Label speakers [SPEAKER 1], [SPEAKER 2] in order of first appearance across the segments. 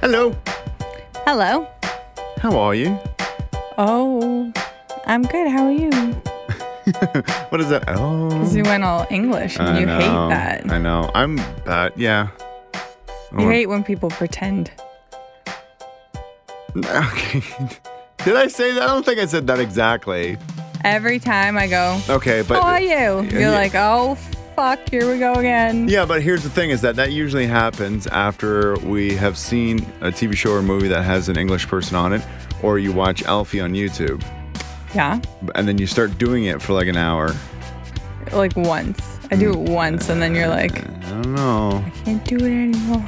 [SPEAKER 1] Hello.
[SPEAKER 2] Hello.
[SPEAKER 1] How are you?
[SPEAKER 2] Oh, I'm good. How are you?
[SPEAKER 1] What is that? Oh.
[SPEAKER 2] Because you went all English and
[SPEAKER 1] I
[SPEAKER 2] you
[SPEAKER 1] know,
[SPEAKER 2] hate that.
[SPEAKER 1] I know. I'm bad. Yeah.
[SPEAKER 2] you hate when people pretend.
[SPEAKER 1] Okay. Did I say that? I don't think I said that exactly.
[SPEAKER 2] Every time I go,
[SPEAKER 1] Okay, but
[SPEAKER 2] How are you? You're
[SPEAKER 1] yeah.
[SPEAKER 2] like, Oh, fuck, here we go again.
[SPEAKER 1] Yeah, but here's the thing is that that usually happens after we have seen a TV show or movie that has an English person on it, or you watch Alfie on YouTube,
[SPEAKER 2] Yeah.
[SPEAKER 1] and then you start doing it for like an hour.
[SPEAKER 2] Like once. I do it once and then you're like,
[SPEAKER 1] I don't know.
[SPEAKER 2] Can't do it anymore.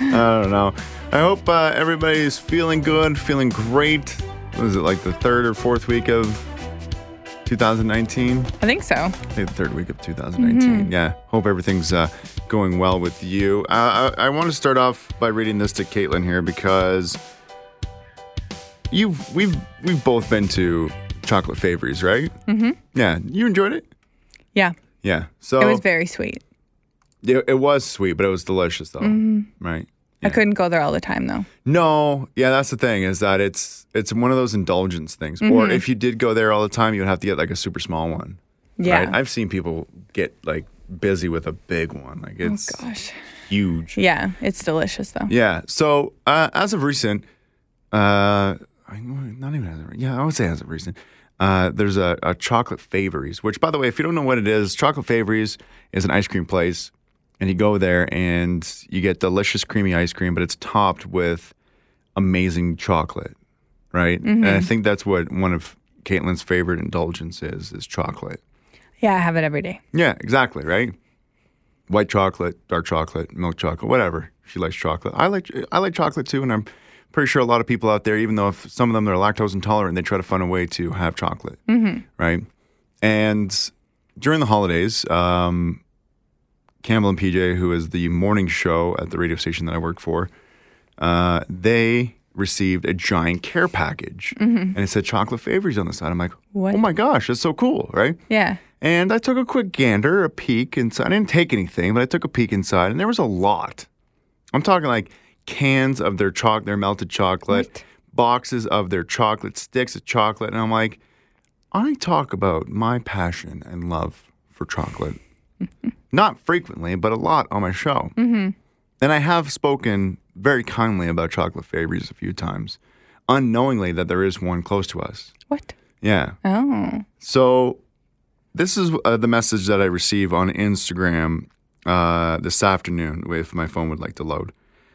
[SPEAKER 1] I don't know. I hope uh, everybody's feeling good, feeling great. What is it, like the third or fourth week of 2019?
[SPEAKER 2] I think so.
[SPEAKER 1] I think the third week of 2019.
[SPEAKER 2] Mm-hmm.
[SPEAKER 1] Yeah. Hope everything's uh, going well with you. Uh, I, I want to start off by reading this to Caitlin here because you've we've we've both been to Chocolate Favories, right? Mm-hmm. Yeah. You enjoyed it.
[SPEAKER 2] Yeah.
[SPEAKER 1] Yeah. So
[SPEAKER 2] It was very sweet.
[SPEAKER 1] it, it was sweet, but it was delicious though.
[SPEAKER 2] Mm-hmm.
[SPEAKER 1] Right.
[SPEAKER 2] I couldn't go there all the time though.
[SPEAKER 1] No, yeah, that's the thing is that it's it's one of those indulgence things. Or if you did go there all the time, you would have to get like a super small one.
[SPEAKER 2] Yeah.
[SPEAKER 1] Right? I've seen people get like busy with a big one. Like it's
[SPEAKER 2] Gosh.
[SPEAKER 1] huge.
[SPEAKER 2] Yeah, it's delicious though.
[SPEAKER 1] Yeah. So uh, as of recent, uh, I- not even as of yeah, I would say as of recent. Uh, there's a, a chocolate favories, which by the way, if you don't know what it is, chocolate favories is an ice cream place, and you go there and you get delicious creamy ice cream, but it's topped with amazing chocolate, right? And I think that's what one of Caitlin's favorite indulgence is is chocolate.
[SPEAKER 2] Yeah, I have it every day.
[SPEAKER 1] Yeah, exactly, right? White chocolate, dark chocolate, milk chocolate, whatever. She likes chocolate. I like I like chocolate too, and I'm pretty sure a lot of people out there, even though if some of them are lactose intolerant, they try to find a way to have chocolate, mm-hmm. right? And during the holidays, um, Campbell and PJ, who is the morning show at the radio station that I work for, uh, they received a giant care package, and it said chocolate favors on the side. I'm like,
[SPEAKER 2] What?
[SPEAKER 1] oh my gosh, that's so cool, right?
[SPEAKER 2] Yeah.
[SPEAKER 1] And I took a quick gander, a peek inside. I didn't take anything, but I took a peek inside, and there was a lot. I'm talking like cans of their choc, their melted chocolate, boxes of their chocolate, sticks of chocolate, and I'm like, I talk about my passion and love for chocolate, not frequently, but a lot on my show. And I have spoken very kindly about chocolate favories a few times, unknowingly that there is one close to us.
[SPEAKER 2] What?
[SPEAKER 1] Yeah.
[SPEAKER 2] Oh.
[SPEAKER 1] So, this is uh, the message that I receive on Instagram uh, this afternoon, if my phone would like to load.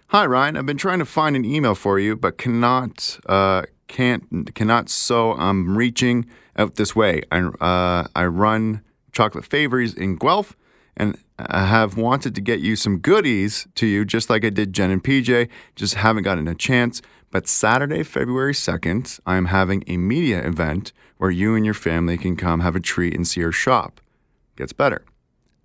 [SPEAKER 1] Hi Ryan, I've been trying to find an email for you, but cannot, uh, can't, cannot. So I'm reaching out this way. I, uh, I run Chocolate Favories in Guelph, and I have wanted to get you some goodies to you, just like I did Jen and PJ. Just haven't gotten a chance. But Saturday, February second, I am having a media event where you and your family can come have a treat and see our shop. Gets better.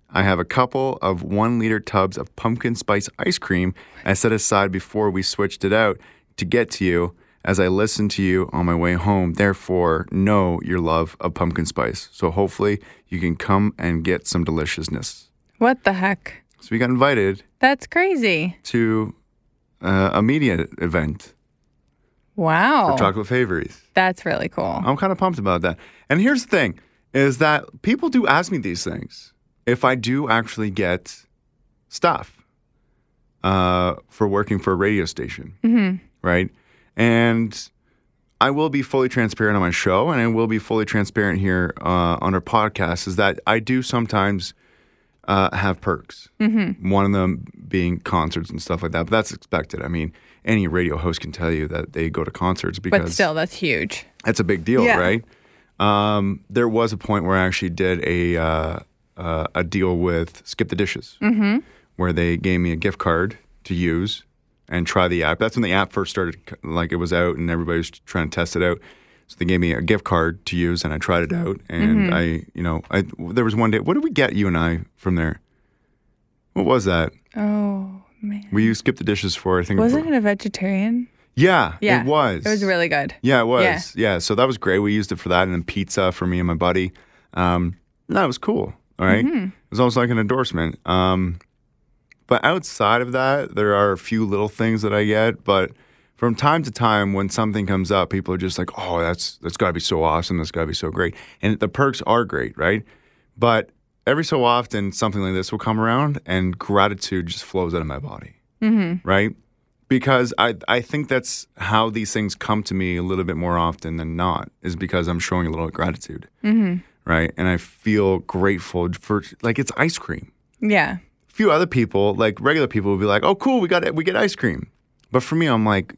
[SPEAKER 1] I have a couple of one liter tubs of pumpkin spice ice cream I set aside before we switched it out to get to you as I listen to you on my way home. Therefore, know your love of pumpkin spice. So hopefully you can come and get some deliciousness.
[SPEAKER 2] What the heck?
[SPEAKER 1] So we got invited
[SPEAKER 2] That's crazy.
[SPEAKER 1] to uh, a media event
[SPEAKER 2] Wow.
[SPEAKER 1] for Chocolate Favories.
[SPEAKER 2] That's really cool.
[SPEAKER 1] I'm kind of pumped about that. And here's the thing is that people do ask me these things if I do actually get stuff uh, for working for a radio station, mm-hmm. right? And I will be fully transparent on my show, and I will be fully transparent here uh, on our podcast. Is that I do sometimes uh, have perks. Mm-hmm. One of them being concerts and stuff like that, but that's expected. I mean, any radio host can tell you that they go to concerts because
[SPEAKER 2] But still, that's huge.
[SPEAKER 1] that's a big deal,
[SPEAKER 2] Yeah.
[SPEAKER 1] right? Um, there was a point where I actually did a uh, uh, a deal with Skip the Dishes, mm-hmm. where they gave me a gift card to use and try the app. That's when the app first started, c- like it was out, and everybody was trying to test it out. So they gave me a gift card to use, and I tried it out.
[SPEAKER 2] Mm-hmm.
[SPEAKER 1] And I, you know, I there was one day. What did we get you and I from there? What was that?
[SPEAKER 2] Oh man.
[SPEAKER 1] We used Skip the Dishes for I think.
[SPEAKER 2] Wasn't it a vegetarian?
[SPEAKER 1] Yeah,
[SPEAKER 2] Yeah.
[SPEAKER 1] it was.
[SPEAKER 2] It was really good.
[SPEAKER 1] Yeah, it was.
[SPEAKER 2] Yeah.
[SPEAKER 1] Yeah. So that was great. We used it for that and then pizza for me and my buddy. Um, and that was cool. All right? It was almost like an endorsement. Um, But outside of that, there are a few little things that I get. But from time to time, when something comes up, people are just like, "Oh, that's that's got to be so awesome. That's got to be so great." And the perks are great, right? But every so often, something like this will come around, and gratitude just flows out of my body, mm-hmm. right? Because I I think that's how these things come to me a little bit more often than not is because I'm showing a little gratitude, right? And I feel grateful for like it's ice cream
[SPEAKER 2] Yeah.
[SPEAKER 1] few other people, like regular people, would be like, "Oh, cool, we got we get ice cream." But for me, I'm like,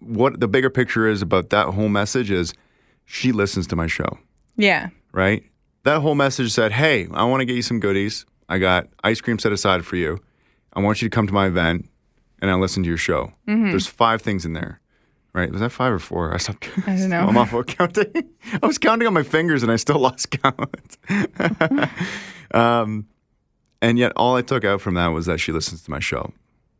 [SPEAKER 1] what the bigger picture is about that whole message is, she listens to my show,
[SPEAKER 2] Yeah.
[SPEAKER 1] right? That whole message said, "Hey, I want to get you some goodies. I got ice cream set aside for you. I want you to come to my event, and I listen to your show."
[SPEAKER 2] Mm-hmm.
[SPEAKER 1] There's five things in there, right? Was that five or four? I stopped.
[SPEAKER 2] I don't know.
[SPEAKER 1] I'm awful at counting. I was counting on my fingers, and I still lost count. Um, and yet all I took out from that was that she listens to my show.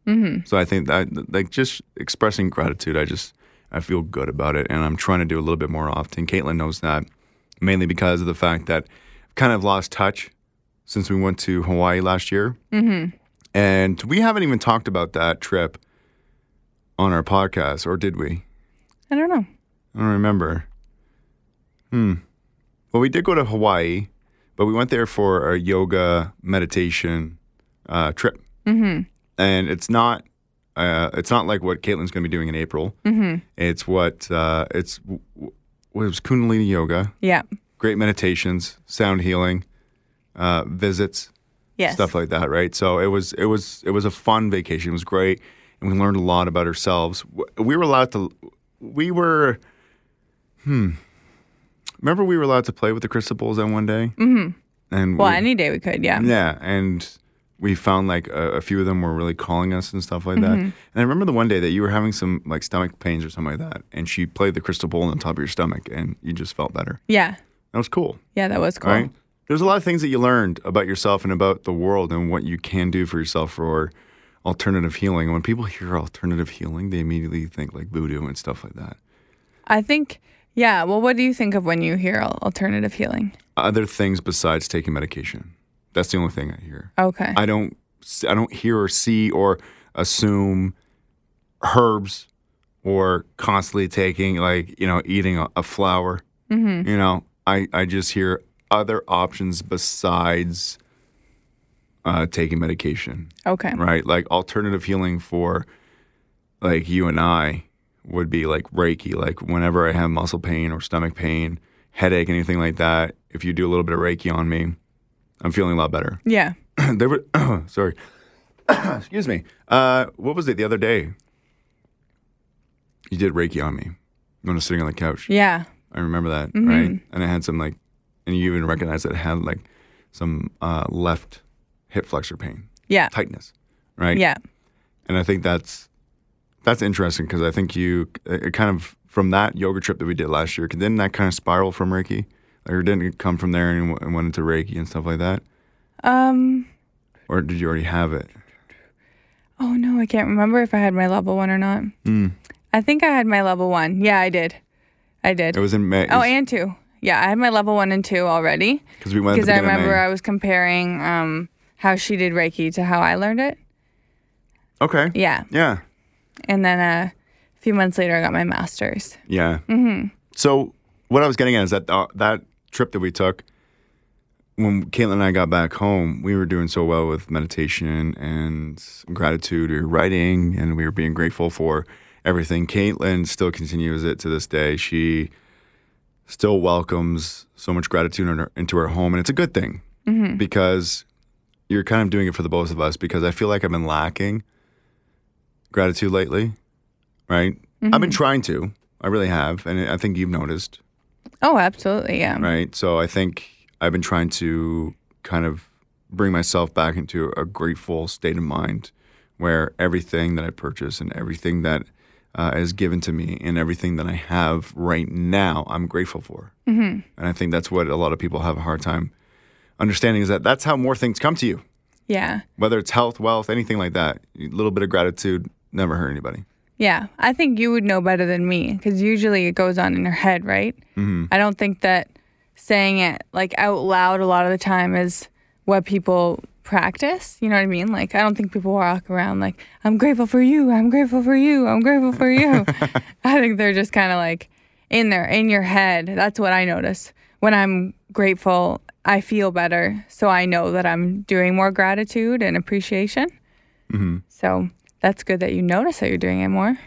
[SPEAKER 1] Mm-hmm. So I think that like just expressing gratitude, I just I feel good about it, and I'm trying to do a little bit more often. Caitlin knows that mainly because of the fact that I've kind of lost touch since we went to Hawaii last year, mm-hmm. and we haven't even talked about that trip on our podcast, or did we?
[SPEAKER 2] I don't know.
[SPEAKER 1] I don't remember. Hmm. Well, we did go to Hawaii, but we went there for a yoga meditation uh, trip. Mm-hmm. And it's not, uh, it's not like what Caitlin's going to be doing in April. Mm-hmm. It's what uh, it's w- w- what it was Kundalini yoga,
[SPEAKER 2] Yeah.
[SPEAKER 1] great meditations, sound healing, uh, visits,
[SPEAKER 2] Yes.
[SPEAKER 1] stuff like that, right? So it was it was it was a fun vacation. It was great, and we learned a lot about ourselves. W- We were allowed to, we were, hmm. Remember, we were allowed to play with the crystal balls on one day, mm-hmm. and
[SPEAKER 2] well,
[SPEAKER 1] we-
[SPEAKER 2] any day we could. Yeah.
[SPEAKER 1] yeah, and we found like a, a few of them were really calling us and stuff like that. And I remember the one day that you were having some like stomach pains or something like that, and she played the crystal ball on the top of your stomach, and you just felt better.
[SPEAKER 2] Yeah.
[SPEAKER 1] That was cool.
[SPEAKER 2] Yeah. That was cool.
[SPEAKER 1] Right? Um, There's a lot of things that you learned about yourself and about the world and what you can do for yourself for alternative healing. And when people hear alternative healing, they immediately think like voodoo and stuff like that.
[SPEAKER 2] I think. Yeah. Well, what do you think of when you hear al- alternative healing?
[SPEAKER 1] Other things besides taking medication. That's the only thing I hear.
[SPEAKER 2] Okay.
[SPEAKER 1] I don't s- I don't hear or see or assume herbs or constantly taking like, you know, eating a, a flower. You know, I I just hear other options besides uh, taking medication.
[SPEAKER 2] okay.
[SPEAKER 1] right? Like alternative healing for like you and I would be like Reiki. Like whenever I have muscle pain or stomach pain, headache, anything like that, if you do a little bit of Reiki on me, I'm feeling a lot better.
[SPEAKER 2] Yeah.
[SPEAKER 1] there were sorry. Excuse me. Uh, what was it the other day? You did Reiki on me when I was sitting on the couch.
[SPEAKER 2] Yeah. Mm-hmm.
[SPEAKER 1] I remember that, right? And I had some like, and you even recognized that I had like some uh, left hip flexor pain,
[SPEAKER 2] Yeah.
[SPEAKER 1] tightness, right?
[SPEAKER 2] Yeah.
[SPEAKER 1] and I think that's that's interesting because I think you it it kind of from that yoga trip that we did last year. Didn't that kind of spiral from Reiki, or didn't it come from there and, w- and went into Reiki and stuff like that?
[SPEAKER 2] Um.
[SPEAKER 1] Or did you already have it?
[SPEAKER 2] Oh no, I can't remember if I had my level one or not.
[SPEAKER 1] Hmm.
[SPEAKER 2] I think I had my level one. Yeah, I did. I did.
[SPEAKER 1] It was in May.
[SPEAKER 2] oh, and two. Yeah, I had my level one and two already.
[SPEAKER 1] because we went at
[SPEAKER 2] because
[SPEAKER 1] the
[SPEAKER 2] I
[SPEAKER 1] beginning of
[SPEAKER 2] remember
[SPEAKER 1] May.
[SPEAKER 2] I was comparing um, how she did Reiki to how I learned it.
[SPEAKER 1] okay.
[SPEAKER 2] Yeah,
[SPEAKER 1] Yeah.
[SPEAKER 2] and then uh, a few months later, I got my master's.
[SPEAKER 1] Yeah. Mm-hmm. So what I was getting at is that uh, that trip that we took, when Caitlin and I got back home, we were doing so well with meditation and gratitude. We were writing, and we were being grateful for everything. Caitlin still continues it to this day. She still welcomes so much gratitude in her, into her home, and it's a good thing because you're kind of doing it for the both of us. Because I feel like I've been lacking gratitude lately, right? I've been trying to. I really have, and I think you've noticed,
[SPEAKER 2] Oh, absolutely. Yeah.
[SPEAKER 1] right? So I think I've been trying to kind of bring myself back into a grateful state of mind, where everything that I purchase and everything that uh, is given to me and everything that I have right now, I'm grateful for. Mm-hmm. And I think that's what a lot of people have a hard time understanding is that that's how more things come to you,
[SPEAKER 2] Yeah.
[SPEAKER 1] whether it's health, wealth, anything like that. A little bit of gratitude never hurt anybody.
[SPEAKER 2] Yeah. I think you would know better than me because usually it goes on in your head, right? Mm-hmm. I don't think that saying it like out loud a lot of the time is what people practice. You know what I mean? Like, I don't think people walk around like, I'm grateful for you. I'm grateful for you. I'm grateful for you. I think they're just kind of like in there, in your head. That's what I notice. When I'm grateful, I feel better. So I know that I'm doing more gratitude and appreciation. So that's good that you notice that you're doing it more.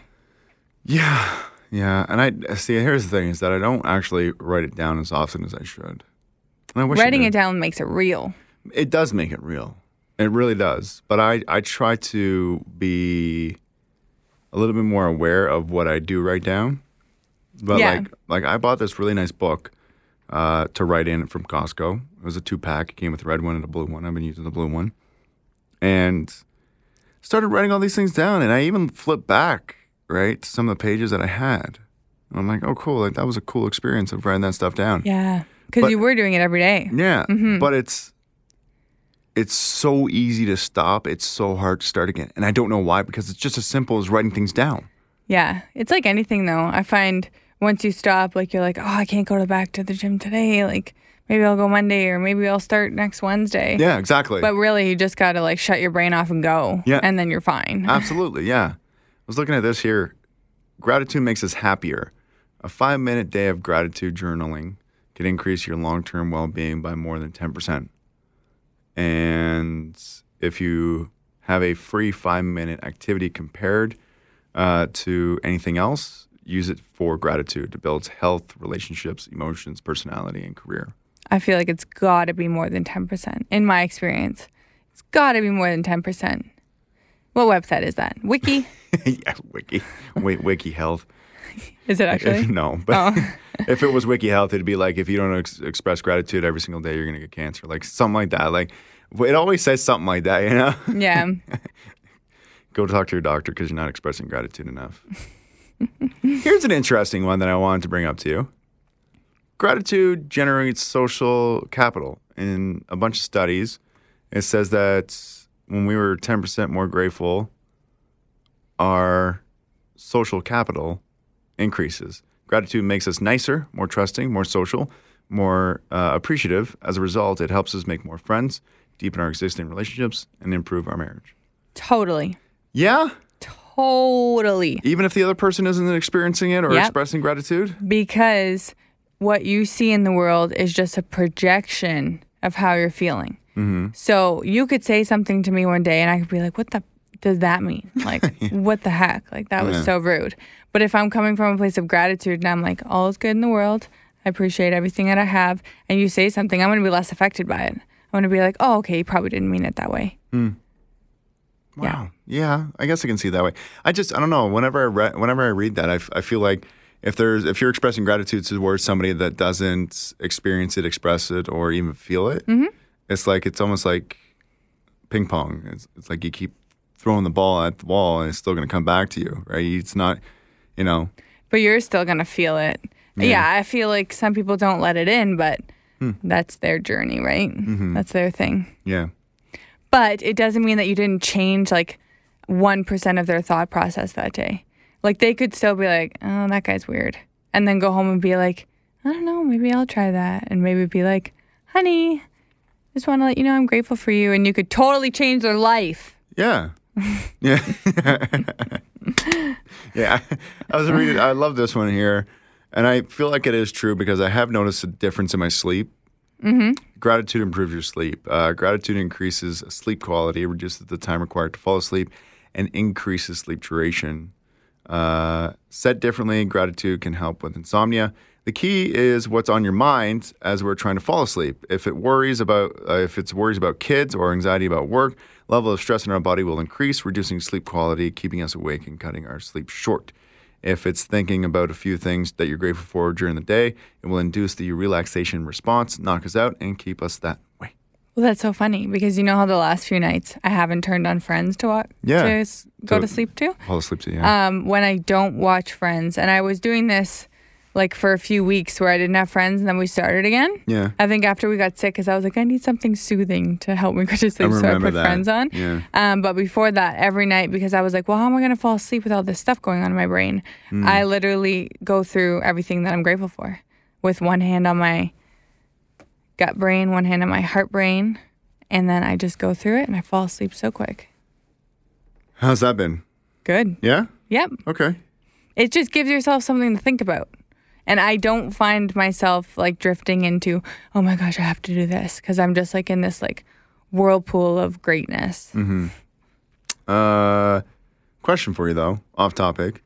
[SPEAKER 1] Yeah, yeah. And I see. Here's the thing: is that I don't actually write it down as often as I should. And I wish I
[SPEAKER 2] Writing
[SPEAKER 1] did.
[SPEAKER 2] it down makes it real.
[SPEAKER 1] it does make it real. It really does. But I, I try to be a little bit more aware of what I do write down. But
[SPEAKER 2] Yeah.
[SPEAKER 1] like like I bought this really nice book uh, to write in from Costco. It was a two pack. It came with a red one and a blue one. I've been using the blue one. And started writing all these things down and I even flipped back, right, to some of the pages that I had. And I'm like, oh cool, like that was a cool experience of writing that stuff down.
[SPEAKER 2] Yeah. Because
[SPEAKER 1] But-
[SPEAKER 2] you were doing it every day.
[SPEAKER 1] Yeah, but it's it's so easy to stop. It's so hard to start again, and I don't know why because it's just as simple as writing things down.
[SPEAKER 2] Yeah. It's like anything though. I find once you stop, like you're like, oh, I can't go to back to the gym today. Like maybe I'll go Monday or maybe I'll start next Wednesday.
[SPEAKER 1] Yeah, exactly.
[SPEAKER 2] But really, you just got to like shut your brain off and go.
[SPEAKER 1] Yeah. Ah.
[SPEAKER 2] And then you're fine.
[SPEAKER 1] Absolutely, yeah. I was looking at this here. Gratitude makes us happier. A five minute day of gratitude journaling can increase your long term well being by more than 10%. And if you have a free five minute activity compared uh, to anything else, use it for gratitude. It builds health, relationships, emotions, personality, and career.
[SPEAKER 2] I feel like it's got to be more than 10% in my experience. It's got to be more than 10%. What website is that? Wiki?
[SPEAKER 1] yeah, Wiki. Wait, Wiki Health.
[SPEAKER 2] Is it
[SPEAKER 1] If,
[SPEAKER 2] actually? Oh.
[SPEAKER 1] no, but if it was Wiki Health, it'd be like if you don't ex- express gratitude every single day, you're gonna get cancer, like something like that. Like it always says something like that, you know.
[SPEAKER 2] yeah.
[SPEAKER 1] Go talk to your doctor because you're not expressing gratitude enough. Here's an interesting one that I wanted to bring up to you. Gratitude generates social capital. In a bunch of studies, it says that when we were 10% more grateful, our social capital increases. Gratitude makes us nicer, more trusting, more social, more uh, appreciative. As a result, it helps us make more friends, deepen our existing relationships, and improve our marriage.
[SPEAKER 2] Totally.
[SPEAKER 1] Yeah?
[SPEAKER 2] Totally.
[SPEAKER 1] even if the other person isn't experiencing it or
[SPEAKER 2] Yep.
[SPEAKER 1] expressing gratitude.
[SPEAKER 2] because what you see in the world is just a projection of how you're feeling. So you could say something to me one day, and I could be like, "What the f- does that mean? Like, what the heck? Like that was
[SPEAKER 1] Yeah.
[SPEAKER 2] so rude." But if I'm coming from a place of gratitude and I'm like, "All is good in the world. I appreciate everything that I have," and you say something, I'm gonna be less affected by it. I'm gonna be like, "Oh, okay, you probably didn't mean it that way."
[SPEAKER 1] Wow. Yeah, I guess I can see it that way. I just I don't know. Whenever I re- whenever I read that, I, f- I feel like if there's if you're expressing gratitude towards somebody that doesn't experience it, express it, or even feel it, it's like it's almost like ping pong. It's, it's like you keep throwing the ball at the wall and it's still going to come back to you, right? It's not, you know.
[SPEAKER 2] But you're still gonna feel it. Yeah, I feel like some people don't let it in, but that's their journey, right? That's their thing.
[SPEAKER 1] Yeah.
[SPEAKER 2] but it doesn't mean that you didn't change like 1% of their thought process that day. Like they could still be like, oh, that guy's weird. And then go home and be like, I don't know, maybe I'll try that. And maybe be like, honey, just want to let you know I'm grateful for you. And you could totally change their life.
[SPEAKER 1] Yeah. Yeah. yeah. I was reading, I love this one here. And I feel like it is true because I have noticed a difference in my sleep. Mm-hmm. Gratitude improves your sleep. Uh, gratitude increases sleep quality, reduces the time required to fall asleep, and increases sleep duration. Uh, said differently, gratitude can help with insomnia. The key is what's on your mind as we're trying to fall asleep. If it worries about, uh, if it's worries about kids or anxiety about work, level of stress in our body will increase, reducing sleep quality, keeping us awake, and cutting our sleep short. If it's thinking about a few things that you're grateful for during the day, it will induce the relaxation response, knock us out, and keep us that way.
[SPEAKER 2] Well, that's so funny because you know how the last few nights I haven't turned on friends to watch,
[SPEAKER 1] Yeah.
[SPEAKER 2] to s- go
[SPEAKER 1] So-
[SPEAKER 2] to sleep to?
[SPEAKER 1] Fall asleep to you.
[SPEAKER 2] um, when I don't watch Friends. And I was doing this like for a few weeks where I didn't have Friends and then we started again.
[SPEAKER 1] Yeah.
[SPEAKER 2] I think after we got sick, because I was like, I need something soothing to help me go to sleep. So I
[SPEAKER 1] remember
[SPEAKER 2] put
[SPEAKER 1] that.
[SPEAKER 2] Friends on.
[SPEAKER 1] Yeah.
[SPEAKER 2] Um, but before that, every night, because I was like, well, how am I going to fall asleep with all this stuff going on in my brain?
[SPEAKER 1] Hmm.
[SPEAKER 2] I literally go through everything that I'm grateful for with one hand on my gut brain, one hand on my heart brain, And then I just go through it and I fall asleep so quick.
[SPEAKER 1] How's that been?
[SPEAKER 2] Good.
[SPEAKER 1] Yeah?
[SPEAKER 2] Yep.
[SPEAKER 1] Okay.
[SPEAKER 2] It just gives yourself something to think about. And I don't find myself like drifting into, oh my gosh, I have to do this because I'm just like in this like whirlpool of greatness.
[SPEAKER 1] Mm-hmm. Uh, question for you though, off topic.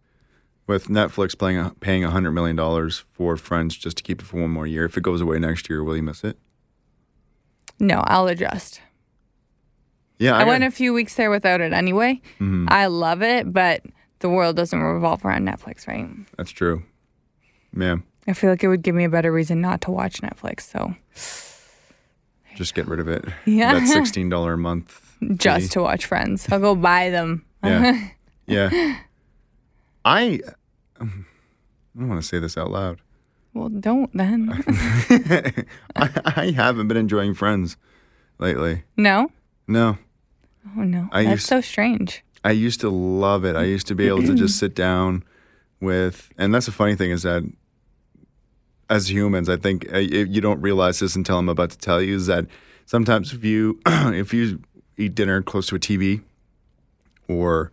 [SPEAKER 1] With Netflix playing paying hundred million dollars for Friends just to keep it for one more year, if it goes away next year, will you miss it?
[SPEAKER 2] No, I'll adjust.
[SPEAKER 1] Yeah,
[SPEAKER 2] I
[SPEAKER 1] got- Mm-hmm.
[SPEAKER 2] went a few weeks there without it anyway. I love it, but the world doesn't revolve around Netflix, right?
[SPEAKER 1] that's true. Yeah,
[SPEAKER 2] I feel like it would give me a better reason not to watch Netflix. So
[SPEAKER 1] just get rid of it.
[SPEAKER 2] Yeah.
[SPEAKER 1] that sixteen dollar a month.
[SPEAKER 2] just
[SPEAKER 1] fee.
[SPEAKER 2] to watch Friends, I'll go buy them.
[SPEAKER 1] yeah, yeah. I I don't want to say this out loud.
[SPEAKER 2] Well, don't then.
[SPEAKER 1] I, I haven't been enjoying Friends lately.
[SPEAKER 2] no?
[SPEAKER 1] No,
[SPEAKER 2] Oh, no.
[SPEAKER 1] I
[SPEAKER 2] That's
[SPEAKER 1] used-
[SPEAKER 2] so strange.
[SPEAKER 1] I used to love it. I used to be able to just sit down with, and that's the funny thing is that as humans, I think uh, you you don't realize this until I'm about to tell you is that sometimes if you if you eat dinner close to a TV, or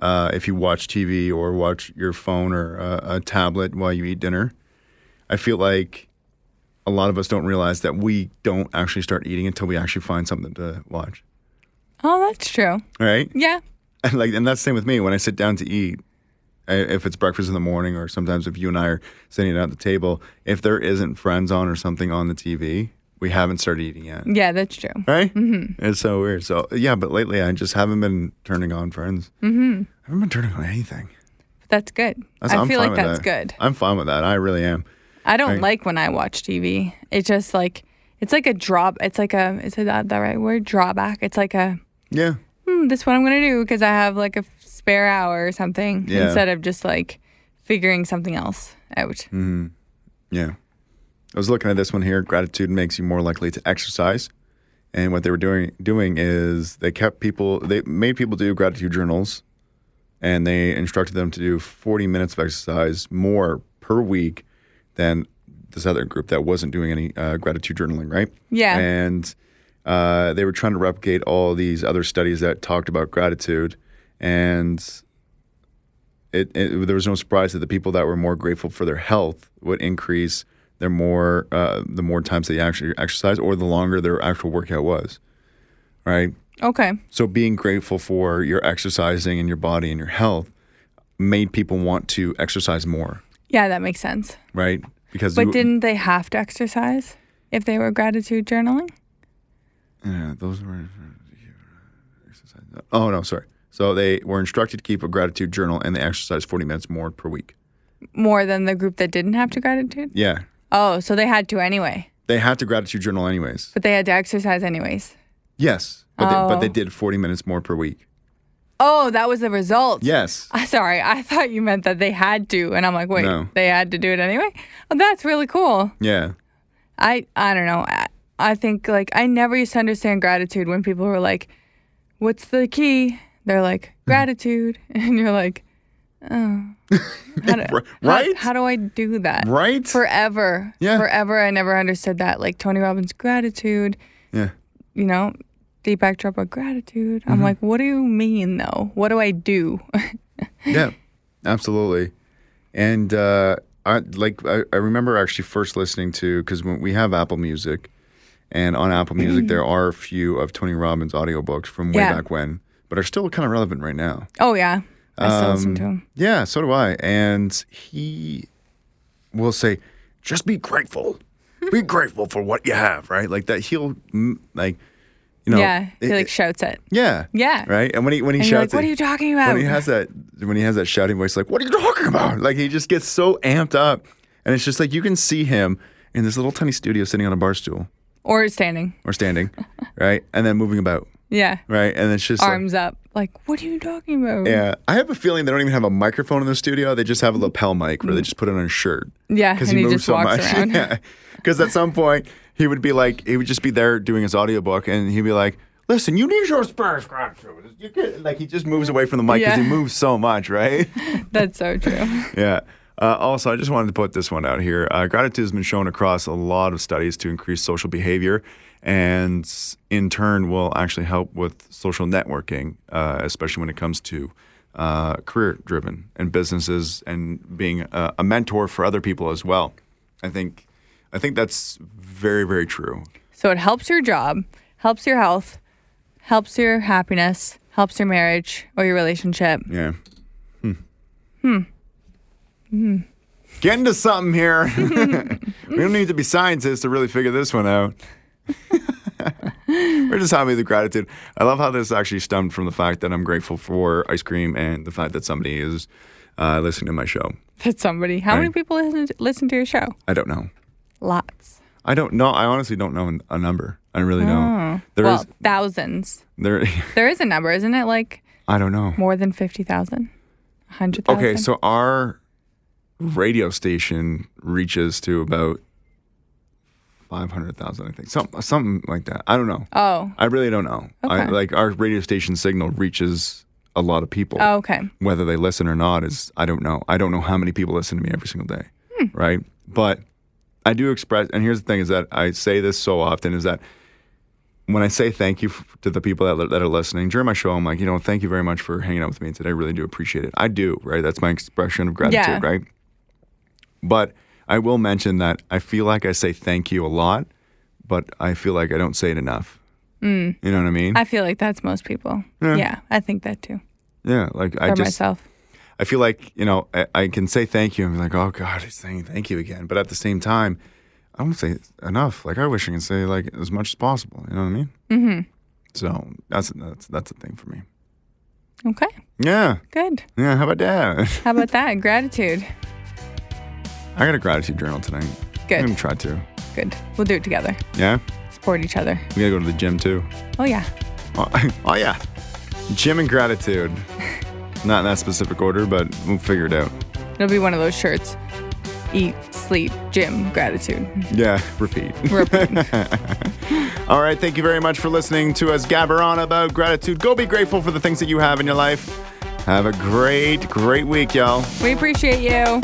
[SPEAKER 1] uh, if you watch TV or watch your phone or uh, a, a tablet while you eat dinner, I feel like a lot of us don't realize that we don't actually start eating until we actually find something to watch.
[SPEAKER 2] Oh, that's true.
[SPEAKER 1] Right?
[SPEAKER 2] Yeah.
[SPEAKER 1] and like and that's the same with me when i sit down to eat I- if it's breakfast in the morning or sometimes if you and i are sitting down at the table if there isn't friends on or something on the tv we haven't started eating yet
[SPEAKER 2] Yeah, that's true.
[SPEAKER 1] right mm-hmm. it's so weird so yeah but lately i just haven't been turning on friends mm-hmm. i haven't been turning on anything
[SPEAKER 2] That's good.
[SPEAKER 1] That's-
[SPEAKER 2] I
[SPEAKER 1] I'm
[SPEAKER 2] feel
[SPEAKER 1] fine
[SPEAKER 2] like
[SPEAKER 1] with
[SPEAKER 2] that's
[SPEAKER 1] that.
[SPEAKER 2] good.
[SPEAKER 1] i'm fine with that i really am
[SPEAKER 2] I don't
[SPEAKER 1] Right.
[SPEAKER 2] like when I watch TV. It just like it's like a drop. It's like a is that the right word? Drawback. It's like a
[SPEAKER 1] yeah
[SPEAKER 2] hmm, this is what I'm gonna do because I have like a f- spare hour or something
[SPEAKER 1] Yeah.
[SPEAKER 2] instead of just like figuring something else out.
[SPEAKER 1] Mm. yeah i was looking at this one here gratitude makes you more likely to exercise and what they were doing doing is they kept people they made people do gratitude journals and they instructed them to do 40 minutes of exercise more per week than this other group that wasn't doing any uh, gratitude journaling, right?
[SPEAKER 2] Yeah.
[SPEAKER 1] And uh, they were trying to replicate all these other studies that talked about gratitude, and it, it there was no surprise that the people that were more grateful for their health would increase their more uh, the more times they actually exercise or the longer their actual workout was, right?
[SPEAKER 2] Okay.
[SPEAKER 1] So being grateful for your exercising and your body and your health made people want to exercise more,
[SPEAKER 2] Yeah, that makes sense.
[SPEAKER 1] right? Because
[SPEAKER 2] But
[SPEAKER 1] you-
[SPEAKER 2] didn't they have to exercise if they were gratitude journaling?
[SPEAKER 1] Yeah, those were exercise. Oh no, sorry. So they were instructed to keep a gratitude journal and they exercise 40 minutes more per week.
[SPEAKER 2] More than the group that didn't have to gratitude?
[SPEAKER 1] Yeah.
[SPEAKER 2] Oh, so they had to anyway.
[SPEAKER 1] They had to gratitude journal anyways.
[SPEAKER 2] But they had to exercise anyways.
[SPEAKER 1] Yes, but they, but they
[SPEAKER 2] Oh.
[SPEAKER 1] did 40 minutes more per week.
[SPEAKER 2] Oh, that was the result.
[SPEAKER 1] Yes.
[SPEAKER 2] Uh, Sorry, I thought you meant that they had to, and I'm like, wait,
[SPEAKER 1] No.
[SPEAKER 2] they had to do it anyway. Oh, that's really cool.
[SPEAKER 1] Yeah.
[SPEAKER 2] I I don't know. I, I think like I never used to understand gratitude when people were like, "What's the key?" They're like
[SPEAKER 1] Mm-hmm.
[SPEAKER 2] gratitude, and you're like, "Oh, how do, how-
[SPEAKER 1] Right?
[SPEAKER 2] How, do I do that?"
[SPEAKER 1] Right?
[SPEAKER 2] Forever,
[SPEAKER 1] Yeah.
[SPEAKER 2] Forever, I never understood that. Like Tony Robbins, gratitude.
[SPEAKER 1] yeah.
[SPEAKER 2] You know, Deepak Chopra, gratitude.
[SPEAKER 1] Mm-hmm.
[SPEAKER 2] I'm like, what do you mean though? What do I do?
[SPEAKER 1] yeah, absolutely. And uh, I like I, I remember actually first listening to because when we have Apple Music, and on Apple Music there are a few of Tony Robbins audiobooks from way
[SPEAKER 2] Mm-hmm. Yeah.
[SPEAKER 1] back when, but are still kind of relevant right now.
[SPEAKER 2] oh yeah, I still listen
[SPEAKER 1] Um,
[SPEAKER 2] to him.
[SPEAKER 1] Yeah, so do I. And he will say, "Just be grateful. be grateful for what you have." Right, like that. He'll mm, like, you know,
[SPEAKER 2] yeah, he
[SPEAKER 1] it-
[SPEAKER 2] like
[SPEAKER 1] it-
[SPEAKER 2] shouts it.
[SPEAKER 1] yeah,
[SPEAKER 2] Yeah.
[SPEAKER 1] right. And when he when he
[SPEAKER 2] And you're like,
[SPEAKER 1] shouts,
[SPEAKER 2] what
[SPEAKER 1] it-
[SPEAKER 2] are you talking about?
[SPEAKER 1] when he has that when he has that shouting voice like what are you talking about like he just gets so amped up and it's just like you can see him in this little tiny studio sitting on a bar stool
[SPEAKER 2] or standing.
[SPEAKER 1] or standing right and then moving about
[SPEAKER 2] Yeah.
[SPEAKER 1] right and it's just like-
[SPEAKER 2] Arms up. Like, what are you talking about?
[SPEAKER 1] yeah i have a feeling they don't even have a microphone in the studio they just have a lapel mic where they just put it on his shirt
[SPEAKER 2] Mm. Yeah. And
[SPEAKER 1] because
[SPEAKER 2] he,
[SPEAKER 1] he, moves
[SPEAKER 2] just
[SPEAKER 1] so
[SPEAKER 2] walks
[SPEAKER 1] much.
[SPEAKER 2] around.
[SPEAKER 1] Because at some point he would be like, he would just be there doing his audiobook, and he'd be like, "Listen, you need your spurs gratitude." You could like he just moves away from the mic because
[SPEAKER 2] Yeah.
[SPEAKER 1] he moves so much, right?
[SPEAKER 2] That's so true.
[SPEAKER 1] yeah. Uh, also, I just wanted to put this one out here. Uh, gratitude has been shown across a lot of studies to increase social behavior and s- in turn will actually help with social networking, uh, especially when it comes to uh, career driven and businesses and being a, a mentor for other people as well. I think, I think that's very, very true.
[SPEAKER 2] So it helps your job, helps your health, helps your happiness, helps your marriage or your relationship.
[SPEAKER 1] Yeah. Hmm. Hmm. Get into something here. we don't need to be scientists to really figure this one out. We're just happy with gratitude. I love how this actually stemmed from the fact that I'm grateful for ice cream and the fact that somebody is uh, listening to my show.
[SPEAKER 2] That's somebody. How many
[SPEAKER 1] Right.
[SPEAKER 2] people listen to, listen to your show?
[SPEAKER 1] I don't know.
[SPEAKER 2] Lots.
[SPEAKER 1] I don't know. I honestly don't know an- a number. I really don't. Oh. There is
[SPEAKER 2] Oh. well, thousands.
[SPEAKER 1] there.
[SPEAKER 2] There is a number, isn't it? Like
[SPEAKER 1] I don't know.
[SPEAKER 2] more than 50,000? 100,000?
[SPEAKER 1] Okay, so our radio station reaches to about five hundred thousand, I think, something something like that. I don't know.
[SPEAKER 2] Oh,
[SPEAKER 1] I really don't know. I,
[SPEAKER 2] Okay.
[SPEAKER 1] like our radio station signal reaches a lot of people.
[SPEAKER 2] oh, okay.
[SPEAKER 1] Whether they listen or not is I don't know. I don't know how many people listen to me every single day,
[SPEAKER 2] Hmm.
[SPEAKER 1] right? But I do express, and here's the thing: is that I say this so often is that when I say thank you f- to the people that, that are listening during my show, I'm like, you know, thank you very much for hanging out with me today. I really do appreciate it. I do, right? That's my expression of gratitude,
[SPEAKER 2] Yeah.
[SPEAKER 1] right? But I will mention that I feel like I say thank you a lot, but I feel like I don't say it enough. You know what I mean?
[SPEAKER 2] Hmm. I feel like that's most people. Yeah, I think that too.
[SPEAKER 1] yeah, like I
[SPEAKER 2] For
[SPEAKER 1] just
[SPEAKER 2] myself.
[SPEAKER 1] I feel like you know I, I can say thank you and be like, oh God, he's saying thank you again. But at the same time, I don't say enough. Like I wish I could say like as much as possible. You know what I mean? Mm-hmm. So that's that's that's a thing for me.
[SPEAKER 2] Okay,
[SPEAKER 1] Yeah,
[SPEAKER 2] good.
[SPEAKER 1] yeah. How about that?
[SPEAKER 2] How about that? Gratitude.
[SPEAKER 1] I got a gratitude journal tonight. I'm gonna
[SPEAKER 2] Good,
[SPEAKER 1] try to.
[SPEAKER 2] good. We'll do it together.
[SPEAKER 1] Yeah,
[SPEAKER 2] Support each other.
[SPEAKER 1] we gotta go to the gym too.
[SPEAKER 2] Oh, yeah.
[SPEAKER 1] Oh, oh yeah, gym and gratitude. Not in that specific order, but we'll figure it out.
[SPEAKER 2] It'll be one of those shirts. Eat, sleep, gym, gratitude.
[SPEAKER 1] Yeah, repeat.
[SPEAKER 2] Repeat.
[SPEAKER 1] All right, thank you very much for listening to us gabber on about gratitude. Go be grateful for the things that you have in your life. Have a great, great week, y'all.
[SPEAKER 2] we appreciate you.